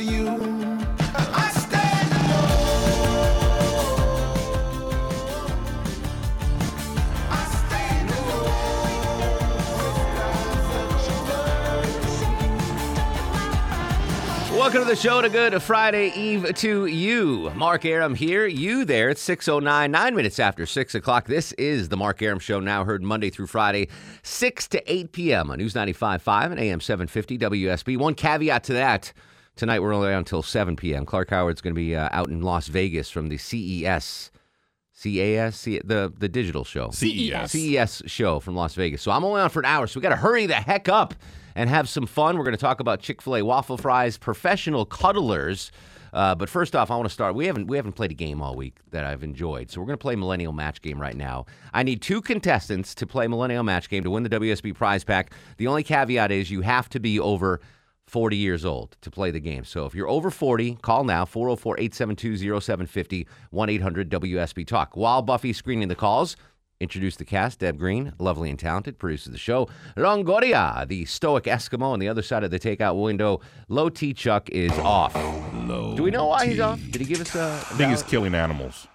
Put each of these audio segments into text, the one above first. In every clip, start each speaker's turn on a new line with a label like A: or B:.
A: you. I stand alone. I stand
B: Welcome to the show to good Friday Eve to you. Mark Aram here, you there. It's 6.09, nine minutes after 6 o'clock. This is the Mark Aram Show, now heard Monday through Friday, 6 to 8 p.m. on News 95.5 and AM 750 WSB. One caveat to that, tonight we're only on until 7 p.m. Clark Howard's going to be uh, out in Las Vegas from the E CES, CAS, C- the, the digital show.
C: CES.
B: CES show from Las Vegas. So I'm only on for an hour, so we got to hurry the heck up and have some fun. We're going to talk about Chick Fil A waffle fries, professional cuddlers. Uh, but first off, I want to start. We haven't we haven't played a game all week that I've enjoyed, so we're going to play Millennial Match Game right now. I need two contestants to play Millennial Match Game to win the WSB Prize Pack. The only caveat is you have to be over 40 years old to play the game. So if you're over 40, call now 404 872 0750 1 800 WSB Talk. While Buffy's screening the calls, introduce the cast Deb Green, lovely and talented, produces the show. Longoria, the stoic Eskimo on the other side of the takeout window. Low T Chuck is off. Do we know why he's off? Did he give us a.
C: I think he's killing animals.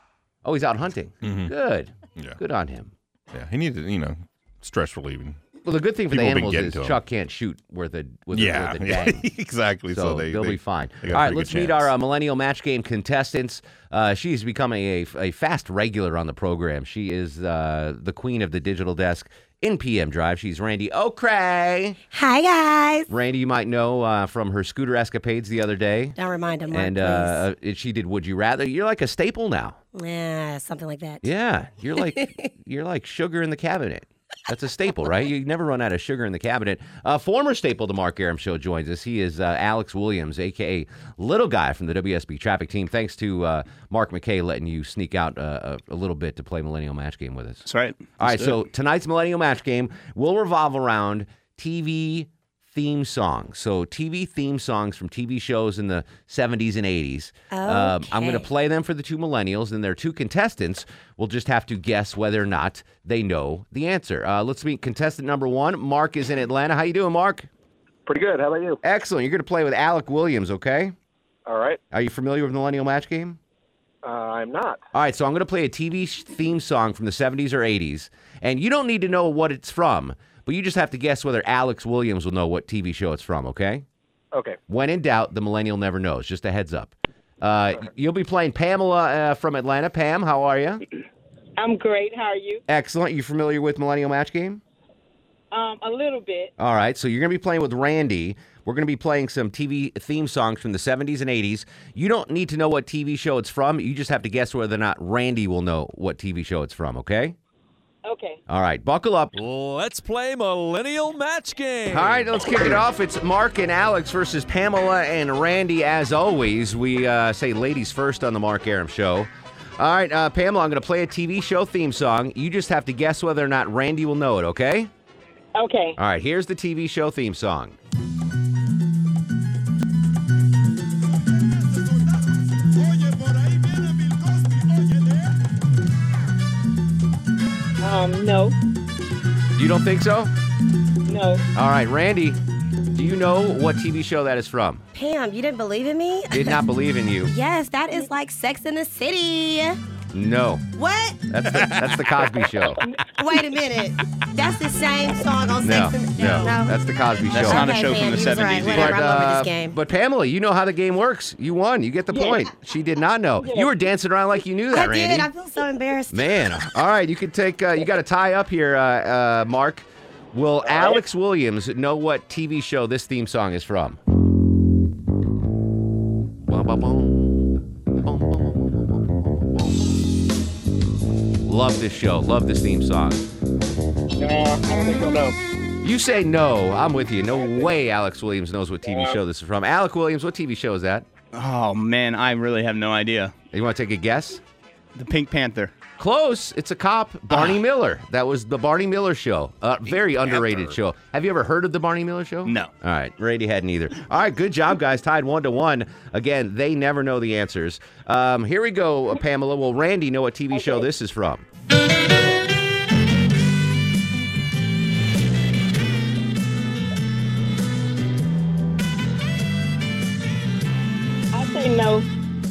B: Oh, he's out hunting. Good.
C: Yeah.
B: Good on him.
C: Yeah, he needed, you know, stress relieving.
B: Well, the good thing for
C: People
B: the
C: have been
B: animals
C: getting
B: is
C: to him.
B: Chuck can't shoot where the with
C: Yeah,
B: the, with the
C: yeah,
B: dang.
C: exactly. So,
B: So,
C: they,
B: they'll
C: they-
B: be fine.
C: they
B: All
C: got a
B: right,
C: pretty
B: let's
C: good
B: meet our
C: chance.
B: uh, Millennial Match Game contestants. Uh, she's becoming a, a fast regular on the program. She is uh, the queen of the digital desk in PM Drive. She's Randy Okray.
D: Hi guys.
B: Randy, you might know uh, from her scooter escapades the other day.
D: Don't remind him. Mark,
B: And uh, it- she did Would You Rather. You're like a staple now.
D: please. yeah, something like that.
B: Yeah, you're like you're like sugar in the cabinet. That's a staple, right? You never run out of sugar in the cabinet. Uh, former staple, the Mark Aram Show joins us. He is uh, Alex Williams, aka Little Guy from the WSB Traffic Team. Thanks to uh, Mark McKay letting you sneak out uh, a, a little bit to play Millennial Match Game with us.
E: That's right.
B: All right, so tonight's Millennial Match Game will revolve around TV theme songs. So TV theme songs from TV shows in the 70s and 80s. I'm going to
D: Okay.
B: play them for the two millennials, and their two contestants will just have to guess whether or not they know the answer. Uh, let's meet contestant number one. Mark is in Atlanta. How you doing, Mark?
F: Pretty good. How about you?
B: Excellent. You're going to play with Alec Williams, okay?
F: All right.
B: Are you familiar with Millennial Match Game?
F: Uh, I'm not.
B: All right, so I'm going to play a TV sh- theme song from the 70s or 80s, and you don't need to know what it's from, but you just have to guess whether Alex Williams will know what TV show it's from, okay?
F: Okay.
B: When in doubt, the millennial never knows. Just a heads up. Uh, you'll be playing Pamela uh, from Atlanta. Pam, how are you?
G: I'm great. How are you?
B: Excellent. You familiar with Millennial Match Game?
G: Um, a little bit.
B: All right, so you're going to be playing with Randy. We're going to be playing some TV theme songs from the 70s and 80s. You don't need to know what TV show it's from. You just have to guess whether or not Randy will know what TV show it's from, okay?
G: Okay.
B: All right, buckle up.
H: Let's play Millennial Match Game.
B: All right, let's kick it off. It's Mark and Alex versus Pamela and Randy. As always, we uh, say ladies first on the Mark Aram Show. All right, uh, Pamela, I'm going to play a TV show theme song. You just have to guess whether or not Randy will know it, okay?
G: Okay.
B: All right, here's the TV show theme song.
G: Um, no,
B: You don't think so?
G: no.
B: All right, Randy, do you know what TV show that is from?
D: Pam, you didn't believe in me?
B: Did not believe in you.
D: Yes, that is like Sex in the City.
B: No,
D: What?
B: that's the, that's the Cosby Show.
D: Wait a minute. That's the same song on
B: No,
D: Sex in the
B: no, that's the Cosby Show.
E: That's not a
D: Okay,
E: show
D: Pam,
E: from the
D: he was right.
E: 70s.
D: Whatever.
E: either.
D: I'm over this
B: uh,
D: game.
B: But Pamela, you know how the game works. You won. You get the point. She did not know. You were dancing around like you knew that,
D: I
B: Randy.
D: did. I feel so embarrassed.
B: Man, all right, you could take. Uh, you got to tie up here, uh, uh, Mark. Will Alex Williams know what TV show this theme song is from? Bum, bum, bum. Bum, bum, bum, bum, bum, bum, bum, bum. Love this show. Love this theme song.
F: No, I don't think so. No.
B: You say no. I'm with you. No way Alex Williams knows what TV show this is from. Alec Williams, what TV show is that?
E: Oh man, I really have no idea.
B: You want to take a guess?
E: The Pink Panther.
B: Close. It's a cop, Barney Miller. That was the Barney Miller show. A very underrated show. Have you ever heard of the Barney Miller show?
E: No.
B: All right. Brady hadn't either. All right. Good job, guys. Tied one to one. Again, they never know the answers. Um, here we go, uh, Pamela. Will Randy know what TV show this is from?
G: I say no.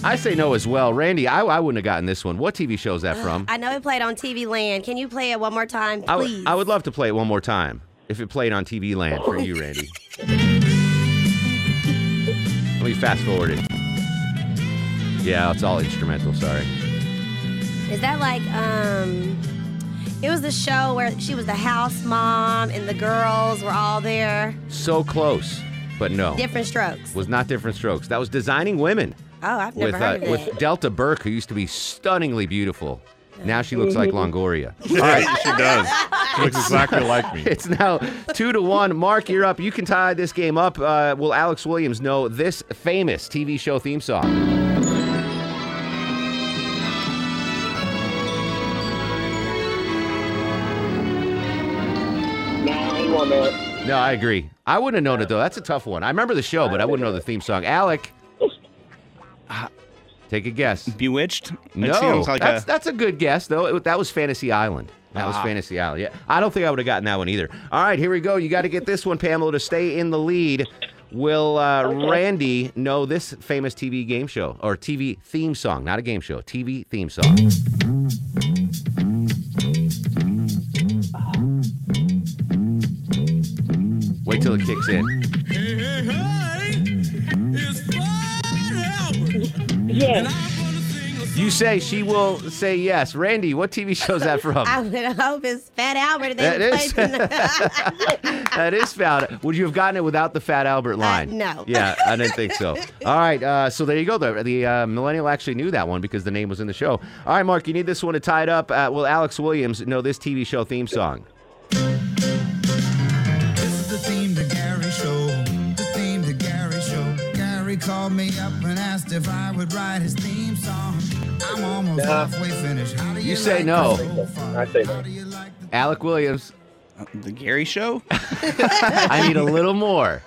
B: I say no as well. Randy, I, I wouldn't have gotten this one. What TV show is that from?
D: I know it played on TV Land. Can you play it one more time,
B: I would-
D: please?
B: I would love to play it one more time if it played on TV land for you, Randy. Let me fast forward it. Yeah, it's all instrumental. Sorry.
D: Is that like um? It was the show where she was the house mom and the girls were all there.
B: So close, but no.
D: Different strokes. Oh,
B: Was not different strokes. That was designing women
D: I've never
B: with uh,
D: heard of
B: with
D: it.
B: Delta Burke, who used to be stunningly beautiful. Now she looks like Longoria.
C: All right. she does. She looks exactly like me.
B: It's now two to one. Mark, you're up. You can tie this game up. Uh, will Alex Williams know this famous TV show theme song?
F: No, I don't want that.
B: No, I agree. I wouldn't have known it though. That's a tough one. I remember the show, but I wouldn't know the theme song. Alec, take a guess.
E: Bewitched.
B: No,
E: It sounds like
B: that's
E: a. Ah.
B: that's a good guess though. It- that was Fantasy Island. That was Fantasy Island. Yeah, I don't think I would have gotten that one either. All right, here we go. You got to get this one, Pamela, to stay in the lead. Will uh, Randy know this famous TV game show or TV theme song? Not a game show. TV theme song. Wait till it kicks in.
G: Yes.
B: You say she will say yes. Randy, what TV show is that from?
D: I would hope it's Fat Albert. They
B: That
D: would
B: is-
D: play tonight.
B: that is fat. Would you have gotten it without the Fat Albert line?
D: no.
B: Yeah, I didn't think so. All right, uh, so there you go. The, the uh, millennial actually knew that one because the name was in the show. All right, Mark, you need this one to tie it up. Uh, will Alex Williams know this TV show theme song?
I: This is the theme to Gary Show. The theme to Gary Show. Gary called me up and asked if I would write his theme song. I'm almost halfway finished. How do you,
B: say
I: like
B: no.
I: the so far?
F: I say no.
I: How do you like the
B: Alec Williams,
E: the Gary Show?
B: I need a little more.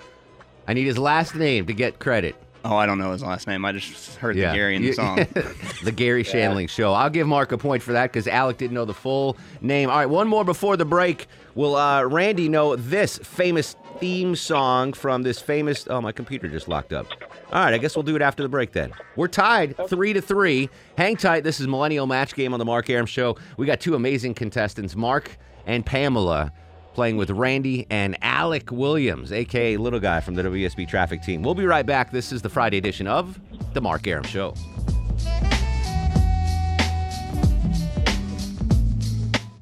B: I need his last name to get credit.
E: Oh, I don't know his last name. I just heard the Gary in the
B: You-
E: song.
B: the Gary Shandling Show. I'll give Mark a point for that because Alec didn't know the full name. All right, one more before the break. Will uh, Randy know this famous theme song from this famous? Oh, my computer just locked up. All right, I guess we'll do it after the break then. We're tied three to three. Hang tight. This is Millennial Match Game on the Mark Aram Show. We got two amazing contestants, Mark and Pamela. Playing with Randy and Alec Williams, aka Little Guy from the WSB Traffic Team. We'll be right back. This is the Friday edition of The Mark Aram Show.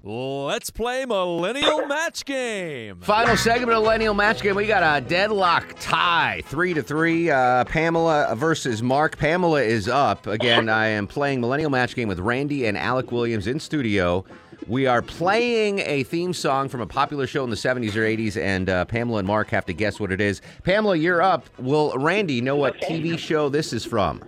H: Let's play Millennial Match Game.
B: Final segment of Millennial Match Game. We got a deadlock tie, three to three. Uh, Pamela versus Mark. Pamela is up again. I am playing Millennial Match Game with Randy and Alec Williams in studio. We are playing a theme song from a popular show in the 70s or 80s, and uh, Pamela and Mark have to guess what it is. Pamela, you're up. Will Randy know what TV show this is from?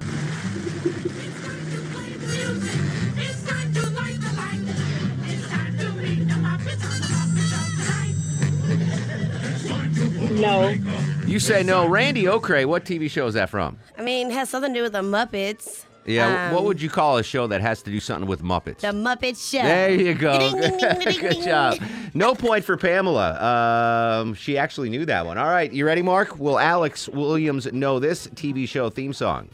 G: No.
B: You say no. Randy Okray, what TV show is that from?
D: I mean, it has something to do with the Muppets.
B: Yeah,
D: Um,
B: what would you call a show that has to do something with Muppets?
D: The Muppet Show.
B: There you go.
D: Ding, ding, ding, ding,
B: Good
D: ding.
B: job. No point for Pamela. Um, she actually knew that one. All right, you ready, Mark? Will Alex Williams know this TV show theme song?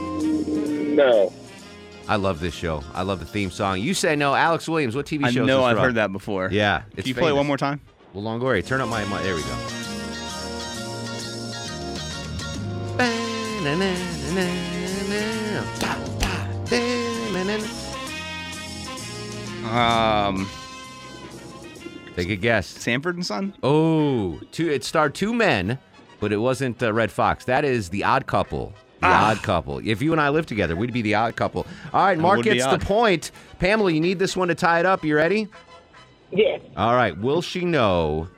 F: No.
B: I love this show. I love the theme song. You say no, Alex Williams. What TV
E: I
B: show? is
E: know
B: this
E: I've
B: from?
E: heard that before.
B: Yeah, it's
E: Can you play it
B: famous.
E: one more time?
B: Well, Longoria, turn up my mic. There we go.
E: Um,
B: Take a guess.
E: Sanford and Son?
B: Oh, two. It starred two men but it wasn't uh, Red Fox. That is the odd couple. The
E: Ah.
B: odd couple. If you and I lived together, we'd be the odd couple. All right, Mark
E: would be
B: gets the
E: odd.
B: point. Pamela, you need this one to tie it up. You ready?
G: Yes.
B: All right. Will she know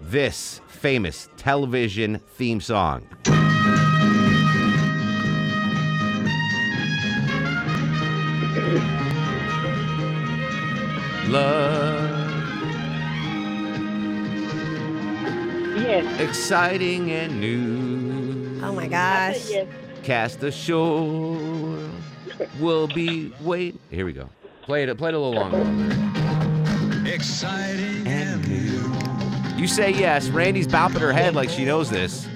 B: this famous television theme song? Love,
G: Yes.
B: exciting and new.
D: Oh my
G: I
D: gosh.
G: said yes.
B: Cast ashore will be wait. Here we go. Play it. Play it a little longer.
I: Exciting.
B: You say yes. Randy's bopping her head like she knows this.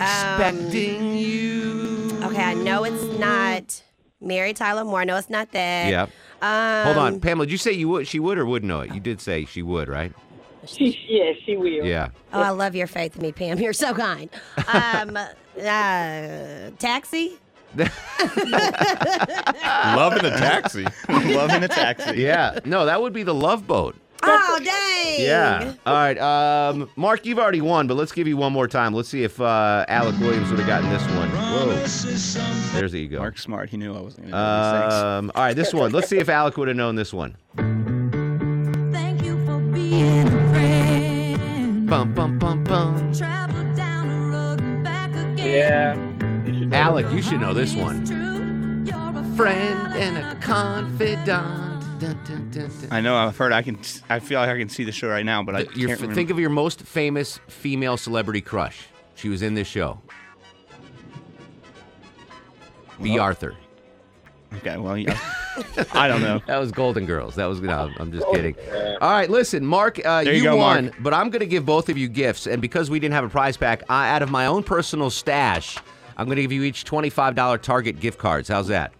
D: Um,
B: Expecting you.
D: okay, I know it's not Mary Tyler Moore. I know it's not that.
B: Yeah.
D: Um,
B: Hold on, Pamela. Did you say you would? She would or would know it? You did say she would, right?
G: She, yes, she will.
B: Yeah.
D: Oh, I love your faith in me, Pam. You're so kind. Um, uh, taxi?
C: Love in a taxi.
E: Loving a taxi.
B: Yeah. No, that would be the Love Boat.
D: Oh, dang.
B: Yeah. All right. Um, Mark, you've already won, but let's give you one more time. Let's see if uh, Alec Williams would have gotten this one. Whoa. There's the ego.
E: Mark Smart. He knew I wasn't going to do these things.
B: Um, all right, this one. Let's see if Alec would have known this one.
J: Thank you for being a friend.
B: Bum bum bum bum.
J: Travel down the road and back again.
F: Yeah.
B: Alec, you should know this one.
J: Friend
B: Friend and a confidant. Dun, dun, dun, dun.
E: I know. I've heard. I can. I feel like I can see the show right now, but I
B: Th- your-
E: can't remember.
B: think of your most famous female celebrity crush. She was in this show. B. Arthur.
E: okay. Well, yeah. I don't know.
B: That was Golden Girls. That was no. I'm just kidding. All right, listen, Mark, uh, you,
E: There you go,
B: won,
E: Mark.
B: but I'm going to give both of you gifts, and because we didn't have a prize pack, I, out of my own personal stash, I'm going to give you each $25 Target gift cards. How's that?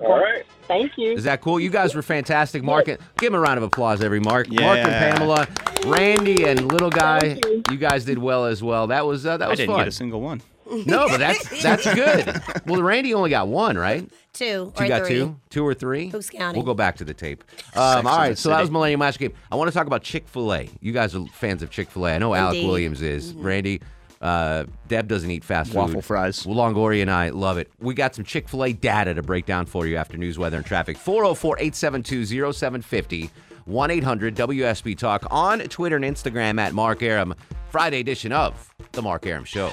F: All right.
G: Thank you.
B: Is that cool? You guys were fantastic, Mark. and- Give him a round of applause, every Mark. Mark
E: Yeah.
B: and Pamela, Randy and little guy.
G: Thank you.
B: You guys did well as well. That was uh, that
E: I
B: was
E: didn't
B: fun.
E: get a single one.
B: No, but that's that's good. Well, Randy only got one, right?
D: Two or
B: You got
D: three.
B: two, two or three.
D: Who's counting?
B: We'll go back to the tape. Um,
E: Sex
B: all
E: of
B: right,
E: the
B: so that
E: city.
B: was Millennium Match Game. I want to talk about Chick Fil A. You guys are fans of Chick Fil A. I know Alec
D: Indeed.
B: Williams is.
E: Mm-hmm.
B: Randy, uh, Deb doesn't eat fast food.
E: Waffle fries.
B: Longoria and I love it. We got some Chick Fil A data to break down for you after news, weather, and traffic. 404-872-0750, 1-800-WSB Talk on Twitter and Instagram at Mark Aram. Friday edition of the Mark Aram Show.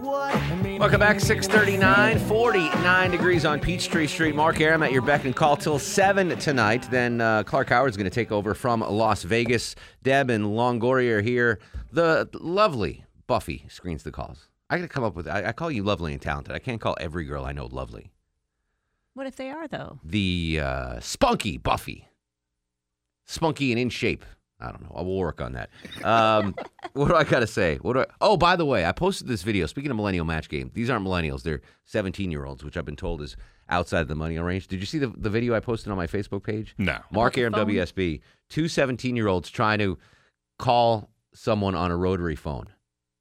B: Welcome back, 639, 49 degrees on Peachtree Street. Mark Aram at your beck and call till 7 tonight. Then uh, Clark Howard's going to take over from Las Vegas. Deb and Longoria are here. The lovely Buffy screens the calls. I got to come up with, I, I call you lovely and talented. I can't call every girl I know lovely.
J: What if they are though?
B: The uh, spunky Buffy. Spunky and in shape. I don't know. I will work on that. Um, what do I gotta say? What do I? Oh, by the way, I posted this video. Speaking of millennial match game, these aren't millennials. They're 17 year olds, which I've been told is outside the money range. Did you see the, the video I posted on my Facebook page?
C: No.
B: Mark
J: About
B: Aram
J: the phone?
B: WSB. Two 17 year olds trying to call someone on a rotary phone.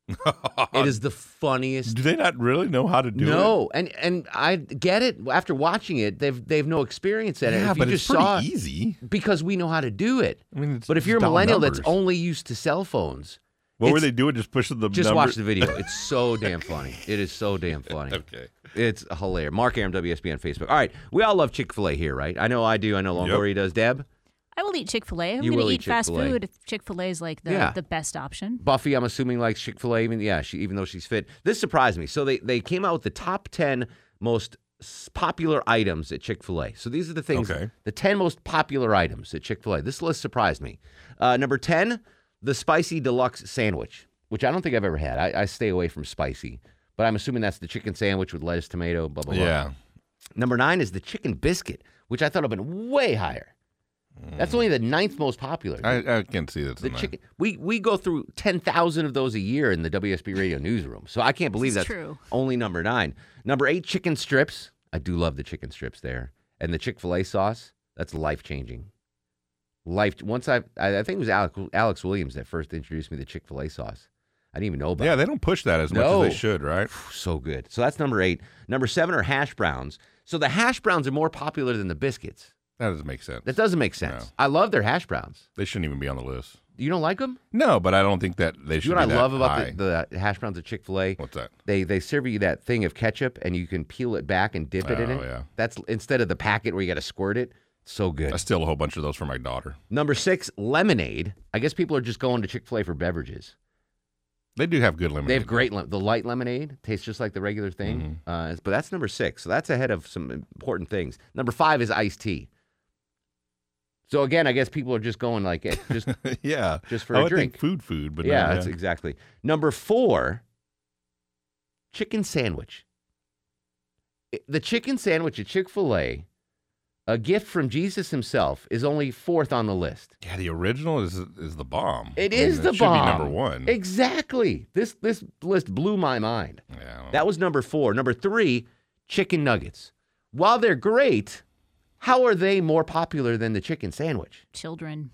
B: it is the funniest
C: Do they not really know how to Uh, do it?
B: no, and and I get it. After watching it, they've they've no experience at it.
C: Yeah,
B: If you
C: but
B: just
C: it's pretty
B: saw it-
C: easy.
B: because we know how to do it.
C: I mean, it's
B: But if
C: just
B: you're a
C: dial
B: millennial that's
C: numbers.
B: only used to cell phones,
C: what were
B: it's-
C: they doing? Just pushing the
B: just
C: number?
B: watch the video. It's so damn funny. It is so damn funny.
C: Okay.
B: It's hilarious. Mark Aram WSB on Facebook. All right, we all love Chick Fil A here, right? I know I do. I know
C: Yep.
B: Longoria does. Deb,
J: I will eat Chick Fil A. I'm
B: You
J: gonna
B: will
J: eat
B: eat
J: fast
B: Chick-fil-A.
J: food. Chick Fil A is like the
B: Yeah.
J: the best option.
B: Buffy. I'm assuming like Chick Fil A. Even yeah, she even though she's fit. This surprised me. So they they came out with the top ten most s- popular items at Chick Fil A. So these are the things.
C: Okay.
B: The ten most popular items at Chick Fil A. This list surprised me. Uh, number ten, the spicy deluxe sandwich, which I don't think I've ever had. I, I stay away from spicy, but I'm assuming that's the chicken sandwich with lettuce, tomato, blah blah blah.
C: Yeah.
B: Number nine is the chicken biscuit, which I thought would have been way higher. That's only the ninth most popular.
C: Mm. I, I can see that.
B: The chicken. We we go through ten thousand of those a year in the WSB Radio newsroom, so I can't believe
J: is
B: that's
J: true.
B: only number nine. Number eight, chicken strips. I do love the chicken strips there, and the Chick Fil A sauce. That's life changing. Life. Once I, I I think it was Alex, Alex Williams that first introduced me to Chick Fil A sauce. I didn't even know about.
C: Yeah, they don't push that as much as
B: No.
C: they should, right?
B: So good. So that's number eight. Number seven are hash browns. So the hash browns are more popular than the biscuits.
C: That doesn't make sense.
B: That doesn't make sense.
C: No.
B: I love their hash browns.
C: They shouldn't even be on the list.
B: You don't like them?
C: No, but I don't think that they should.
B: You know what
C: be
B: I
C: that
B: love
C: high.
B: about the, the hash browns at Chick Fil A?
C: what's that?
B: They they serve you that thing of ketchup and you can peel it back and dip it in
C: Oh,
B: it.
C: yeah.
B: That's instead of the packet where you got to squirt it. So good.
C: I steal a whole bunch of those for my daughter.
B: Number six, lemonade. I guess people are just going to Chick Fil A for beverages.
C: They do have good lemonade. Mm-hmm.
B: They have great lem- the light lemonade tastes just like the regular thing, uh, but that's number six. So that's ahead of some important things. Number five is iced tea. So again, I guess people are just going like it, just
C: yeah,
B: just for
C: I
B: a
C: would
B: drink.
C: Think food, food, but
B: yeah,
C: no,
B: that's exactly. Number four, chicken sandwich. I- The chicken sandwich at Chick Fil A, a gift from Jesus Himself, is only fourth on the list.
C: yeah. The original is is the bomb.
B: It
C: I mean,
B: is the
C: should
B: bomb.
C: Be number one.
B: Exactly. This this list blew my mind.
C: yeah, I don't know.
B: That was number four. Number three, chicken nuggets. While they're great, how are they more popular than the chicken sandwich?
J: Children.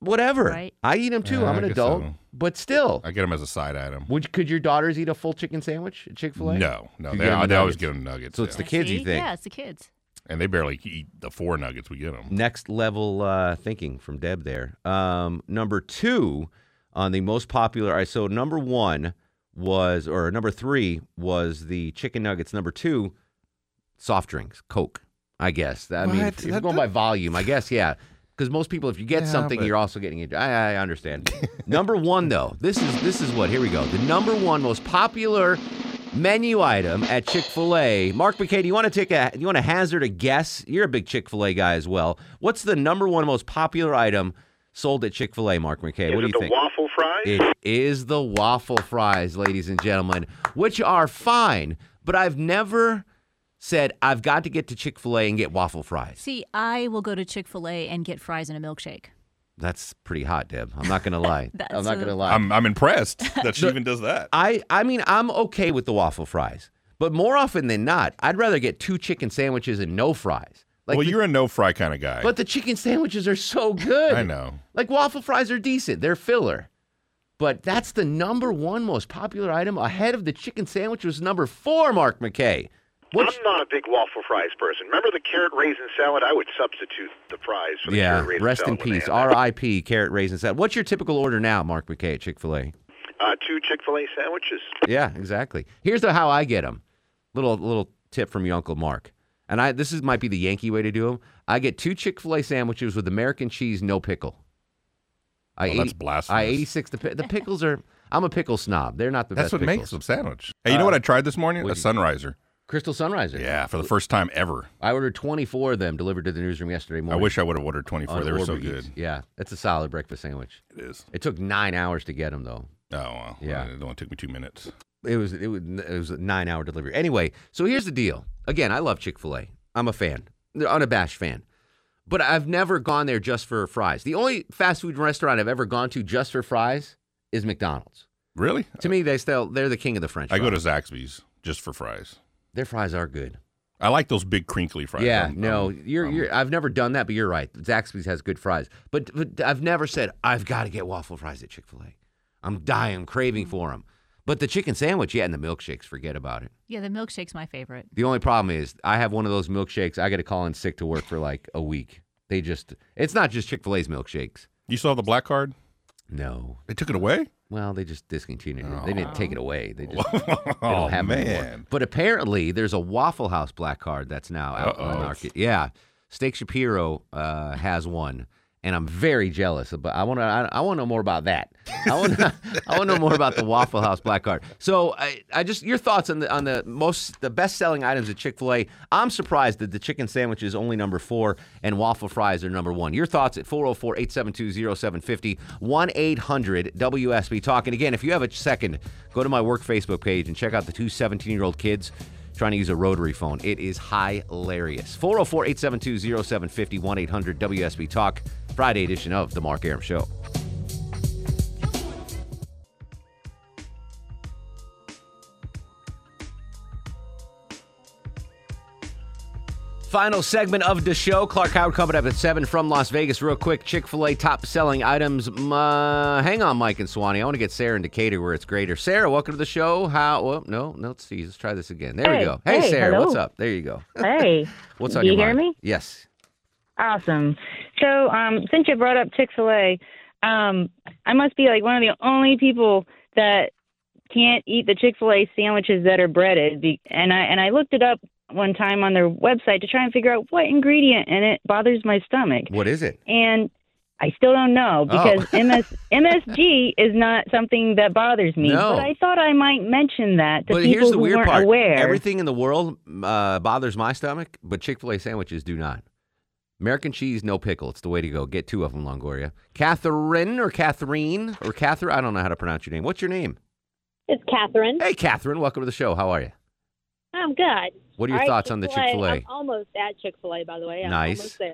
B: Whatever.
J: Right.
B: I eat them too.
C: Yeah,
B: I'm an
C: I guess
B: adult,
C: so.
B: but still,
C: I get them as a side item.
B: would could your daughters eat a full chicken sandwich at Chick Fil A?
C: No, no,
B: You
C: they,
B: get 'em the
C: they always
B: nuggets.
C: get them nuggets.
B: So it's
C: yeah.
B: The kids
J: See?
B: you think.
J: Yeah, it's the kids.
C: and they barely eat the four nuggets we get them.
B: Next level uh, thinking from Deb there. Um, number two on the most popular. All right, so number one was, or number three was the chicken nuggets. Number two, soft drinks, Coke. I guess. I mean, if,
C: What?
B: if you're
C: That-
B: going by volume, I guess, yeah. Because most people, if you get
C: Yeah,
B: something,
C: but-
B: you're also getting it. I, I understand. number one, though, this is this is what. Here we go. The number one most popular menu item at Chick Fil A. Mark McKay, do you want to take a? do You want to hazard a guess? You're a big Chick Fil A guy as well. What's the number one most popular item sold at Chick Fil A? Mark McKay, what do you think?
F: waffle fries?
B: It is the waffle fries, ladies and gentlemen, which are fine, but I've never said I've got to get to Chick fil A and get waffle fries.
J: See, I will go to Chick fil A and get fries and a milkshake.
B: That's pretty hot, Deb. I'm not going to lie. I'm
J: That's
B: not
J: a-
B: going to lie.
C: I'm I'm impressed that she even does that.
B: I, I mean, I'm okay with the waffle fries, but more often than not, I'd rather get two chicken sandwiches and no fries. Like
C: well,
B: the-
C: you're a no fry kind of guy.
B: but the chicken sandwiches are so good.
C: I know.
B: Like waffle fries are decent, they're filler. But that's the number one most popular item ahead of the chicken sandwich was number four, Mark McKay. Which,
K: I'm not a big waffle fries person. Remember the carrot raisin salad? I would substitute the fries for the
B: yeah,
K: carrot raisin
B: rest in
K: salad when they
B: peace.
K: had that.
B: R.I.P. Carrot raisin salad. What's your typical order now, Mark McKay at Chick Fil A?
K: Uh, two Chick Fil A sandwiches.
B: Yeah, exactly. Here's the, how I get them. Little little tip from your uncle Mark. And I this is might be the Yankee way to do them. I get two Chick Fil A sandwiches with American cheese, no pickle. I
C: Oh, that's
B: I
C: blasphemous.
B: eighty six. The pi- the pickles are. I'm a pickle snob. They're not the
C: That's
B: best.
C: what
B: pickles. Uh,
C: makes them sandwich. Hey, you know what I tried this morning? A
B: what'd
C: sunriser.
B: Crystal Sunriser.
C: Yeah, for the first time ever.
B: I ordered 24 of them delivered to the newsroom yesterday
C: I
B: morning.
C: wish I would have ordered 24.
B: on
C: They were so
B: Uber
C: good.
B: Eats. Yeah, that's a solid breakfast sandwich.
C: It is.
B: It took nine hours to get them though.
C: Oh, well.
B: Yeah.
C: It only took me two minutes.
B: It was it was, it was a nine hour delivery. Anyway, so here's the deal. Again, I love Chick Fil A. I'm a fan, unabashed fan. But I've never gone there just for fries. The only fast food restaurant I've ever gone to just for fries is McDonald's.
C: Really?
B: To me, they still they're the king of the French.
C: I go to
B: fries.
C: Zaxby's just for fries.
B: their fries are good.
C: I like those big crinkly fries. Um,
B: Yeah,
C: I'm-
B: no,
C: I'm-
B: you're
C: I'm-
B: you're. I've never done that, but you're right. Zaxby's has good fries, but but I've never said I've got to get waffle fries at Chick Fil A. I'm dying, I'm
C: Mm.
B: craving for them. But the chicken sandwich, yeah, and the milkshakes, forget about it.
J: Yeah, the milkshake's my favorite.
B: The only problem is I have one of those milkshakes. I got to call in sick to work for like a week. They just, it's not just Chick Fil A's milkshakes.
C: You saw the black card?
B: No.
C: They took it away?
B: Well, they just discontinued it. They didn't take it away. They just they
C: oh,
B: don't have it anymore.
C: man.
B: But apparently, there's a Waffle House black card that's now out on the
C: Uh-oh.
B: market. Yeah, Steak Shapiro uh, has one, and I'm very jealous. But I want to. I, I want to know more about that. I want. to I want to know more about the Waffle House black card. So I, I just your thoughts on the on the most the best selling items at Chick Fil A. I'm surprised that the chicken sandwich is only number four and waffle fries are number one. Your thoughts at 404-872-0750, 1-800-WSB Talk. And again, if you have a second, go to my work Facebook page and check out the two 17-year-old kids trying to use a rotary phone. It is hilarious. 404-872-0750, 1-800-WSB Talk, Friday edition of The Mark Aram Show. Final segment of the show. Clark Howard coming up at 7 from Las Vegas. Real quick, Chick fil A top selling items. M- uh, hang on, Mike and Swanee. I want to get Sarah in Decatur where it's greater. Sarah, welcome to the show. How? Well, no, no, let's see. Let's try this again. There we
L: Hey,
B: go. Hey,
L: hey,
B: Sarah,
L: hello.
B: what's up? There you go.
L: Hey.
B: What's on
L: Do
B: your
L: you hear
B: mind?
L: me?
B: Yes.
L: Awesome. So, um, since you brought up Chick fil A, um, I must be like one of the only people that can't eat the Chick fil A sandwiches that are breaded. Be- And I, and I looked it up one time on their website to try and figure out what ingredient in it bothers my stomach.
B: What is it?
L: And I still don't know because
B: Oh.
L: MS, MSG is not something that bothers me.
B: No.
L: But I thought I might mention that to
B: But
L: people
B: here's the
L: who
B: weird
L: weren't
B: part
L: aware.
B: everything in the world uh, bothers my stomach, but Chick fil A sandwiches do not. American cheese, no pickle. It's the way to go. Get two of them, Longoria. Catherine or Catherine or Catherine. I don't know how to pronounce your name. What's your name?
M: It's Catherine.
B: Hey, Catherine. Welcome to the show. How are you?
M: I'm good.
B: What are your
M: All right,
B: thoughts on the Chick-fil-A?
M: I'm almost at Chick Fil A, by the way. I'm
B: Nice.
M: Almost there.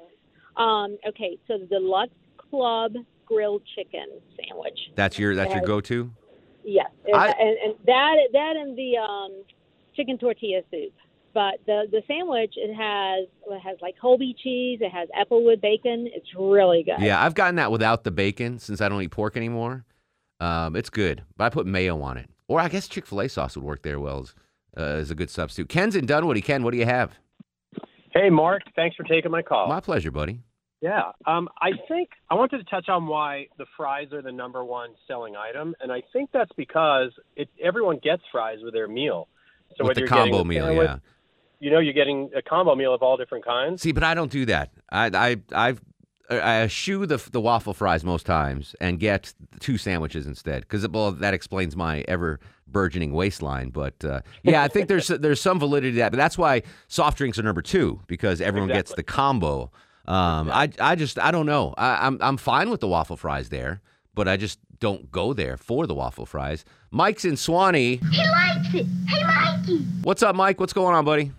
M: Um, okay, so the deluxe club grilled chicken sandwich.
B: That's your that's your
M: Yes.
B: go to.
M: Yes, and,
B: I-
M: and, and that that and the um, chicken tortilla soup. But the the sandwich it has it has like whole wheat cheese. It has applewood bacon. It's really good.
B: Yeah, I've gotten that without the bacon since I don't eat pork anymore. Um, it's good, but I put mayo on it, or I guess Chick Fil A sauce would work there well as, uh, as a good substitute. Ken's in Dunwoody. Ken, what do you have?
N: Hey, Mark. Thanks for taking my call.
B: My pleasure, buddy.
N: Yeah, um, I think I wanted to touch on why the fries are the number one selling item, and I think that's because it, everyone gets fries with their meal. So
B: With
N: whether
B: the
N: you're getting
B: combo
N: a
B: meal,
N: sandwich,
B: yeah.
N: You know, you're getting a combo meal of all different kinds.
B: See, but I don't do that. I I I've, I eschew the the waffle fries most times and get two sandwiches instead because well that explains my ever burgeoning waistline. But uh, yeah, I think there's there's some validity to that. But that's why soft drinks are number two because everyone gets the combo. Um, I I just I don't know. I, I'm I'm fine with the waffle fries there, but I just don't go there for the waffle fries. Mike's in Swanee.
O: He likes it. Hey, Mikey.
B: What's up, Mike? What's going on, buddy?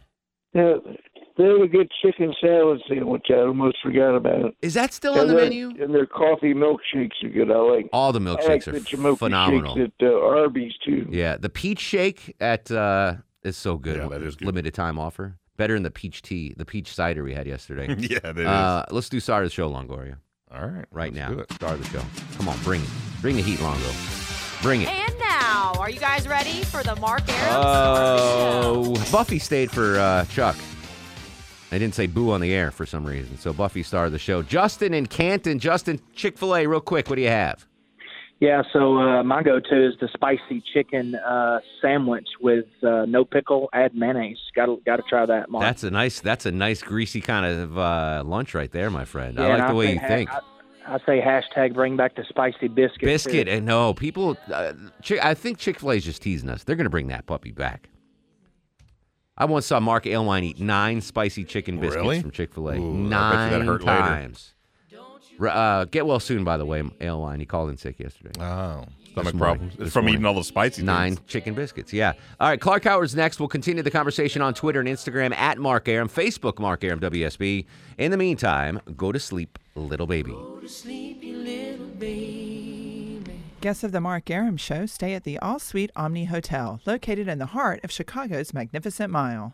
P: Yeah, they have a good chicken salad sandwich. I almost forgot about it.
B: Is that still
P: and
B: on the
P: their,
B: menu?
P: And their coffee milkshakes are good. I like
B: All the
P: I like
B: milkshakes
P: the
B: are
P: Jamocha
B: phenomenal.
P: shakes at uh, Arby's too.
B: Yeah, the peach shake at uh, is so good. that is Limited time offer. Better than the peach tea, the peach cider we had yesterday.
C: Yeah, that is.
B: uh, Let's do star of the show, Longoria.
C: All right,
B: right now, star of the show. Come on, bring it, bring the heat, Longo, bring it.
Q: And now, are you guys ready for the Mark Aram?
B: Oh, Buffy stayed for uh, Chuck. I didn't say boo on the air for some reason, so Buffy star of the show. Justin in Canton, Justin Chick Fil A, real quick. What do you have?
R: Yeah, so uh, my go-to is the spicy chicken uh, sandwich with uh, no pickle, add mayonnaise. Got to got to try that, Mark.
B: That's a nice, that's a nice greasy kind of uh, lunch right there, my friend.
R: Yeah,
B: I
R: and
B: like the way
R: say
B: you
R: ha-
B: think.
R: I, I say hashtag bring back the spicy biscuit.
B: Biscuit
R: too.
B: and no people. Uh, Chick, I think Chick Fil A's just teasing us. They're going to bring that puppy back. I once saw Mark Aylwine eat nine spicy chicken biscuits
C: Really?
B: from Chick Fil A.
C: Ooh, I bet you
B: Nine
C: that hurt later.
B: times. R- Uh, get well soon, by the way, Aylwine. He called in sick yesterday.
C: Oh, stomach problems. It's from eating all the spicy
B: Nine chicken biscuits. Yeah. All right. Clark Howard's next. We'll continue the conversation on Twitter and Instagram at Mark Aram, Facebook Mark Aram WSB. In the meantime, go to sleep, little baby.
S: Guests of the Mark Aram Show stay at the All Suite Omni Hotel, located in the heart of Chicago's Magnificent Mile.